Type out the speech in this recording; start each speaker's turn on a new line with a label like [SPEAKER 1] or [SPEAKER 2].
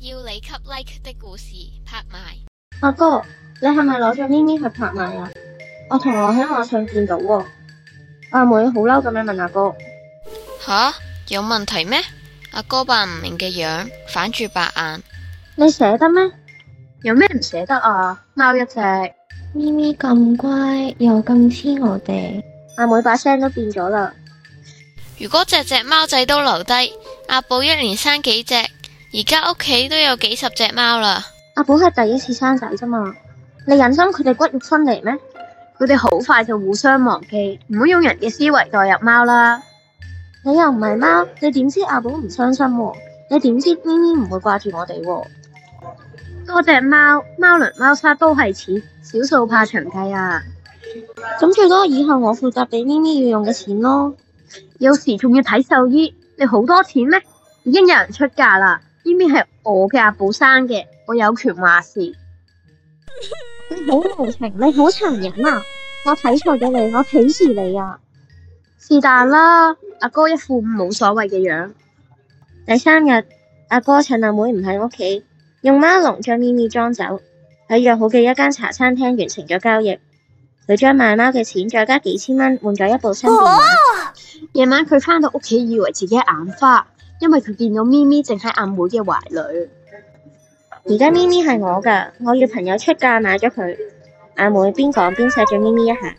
[SPEAKER 1] 你給 like 的故事拍賣。
[SPEAKER 2] 阿哥，你係咪攞咗咪咪去拍賣啊？我同我喺網上見到喎。阿妹好嬲咁樣問阿哥，
[SPEAKER 1] 吓？有問題咩？阿哥扮唔明嘅樣，反住白眼。
[SPEAKER 2] 你捨得咩？
[SPEAKER 3] 有咩唔捨得啊？貓一隻，
[SPEAKER 4] 咪咪咁乖，又咁黐我哋，
[SPEAKER 2] 阿妹把聲都變咗啦。
[SPEAKER 1] 如果隻隻貓仔都留低，阿寶一連生幾隻，而家屋企都有幾十隻貓啦。
[SPEAKER 2] 阿寶係第一次生仔啫嘛，你忍心佢哋骨肉分離咩？
[SPEAKER 3] 佢哋好快就互相忘記，唔好用人嘅思維代入貓啦。
[SPEAKER 2] 你又唔係貓，你點知阿寶唔傷心喎？你點知咪咪唔會掛住我哋喎？
[SPEAKER 3] 多隻貓，貓糧貓砂都係錢，少數怕長計啊！
[SPEAKER 2] 咁最多以後我負責俾咪咪要用嘅錢咯。
[SPEAKER 3] 有時仲要睇獸醫，你好多錢咩？已經有人出價啦，呢邊係我嘅阿寶生嘅，我有權話事。
[SPEAKER 2] 你好無情，你好殘忍啊！我睇錯咗你，我鄙視你啊！
[SPEAKER 3] 是但啦，阿哥一副冇所謂嘅樣，
[SPEAKER 2] 第三日，阿哥趁阿妹唔喺屋企，用貓籠將咪咪裝走，喺約好嘅一間茶餐廳完成咗交易。佢將賣貓嘅錢再加幾千蚊換咗一部新電話。
[SPEAKER 3] 哦夜晚佢返到屋企，以為自己眼花，因為佢見到咪咪正喺阿妹嘅懷裏。
[SPEAKER 2] 而家咪咪係我㗎，我要朋友出價買咗佢。阿妹邊講邊錫咗咪咪一下。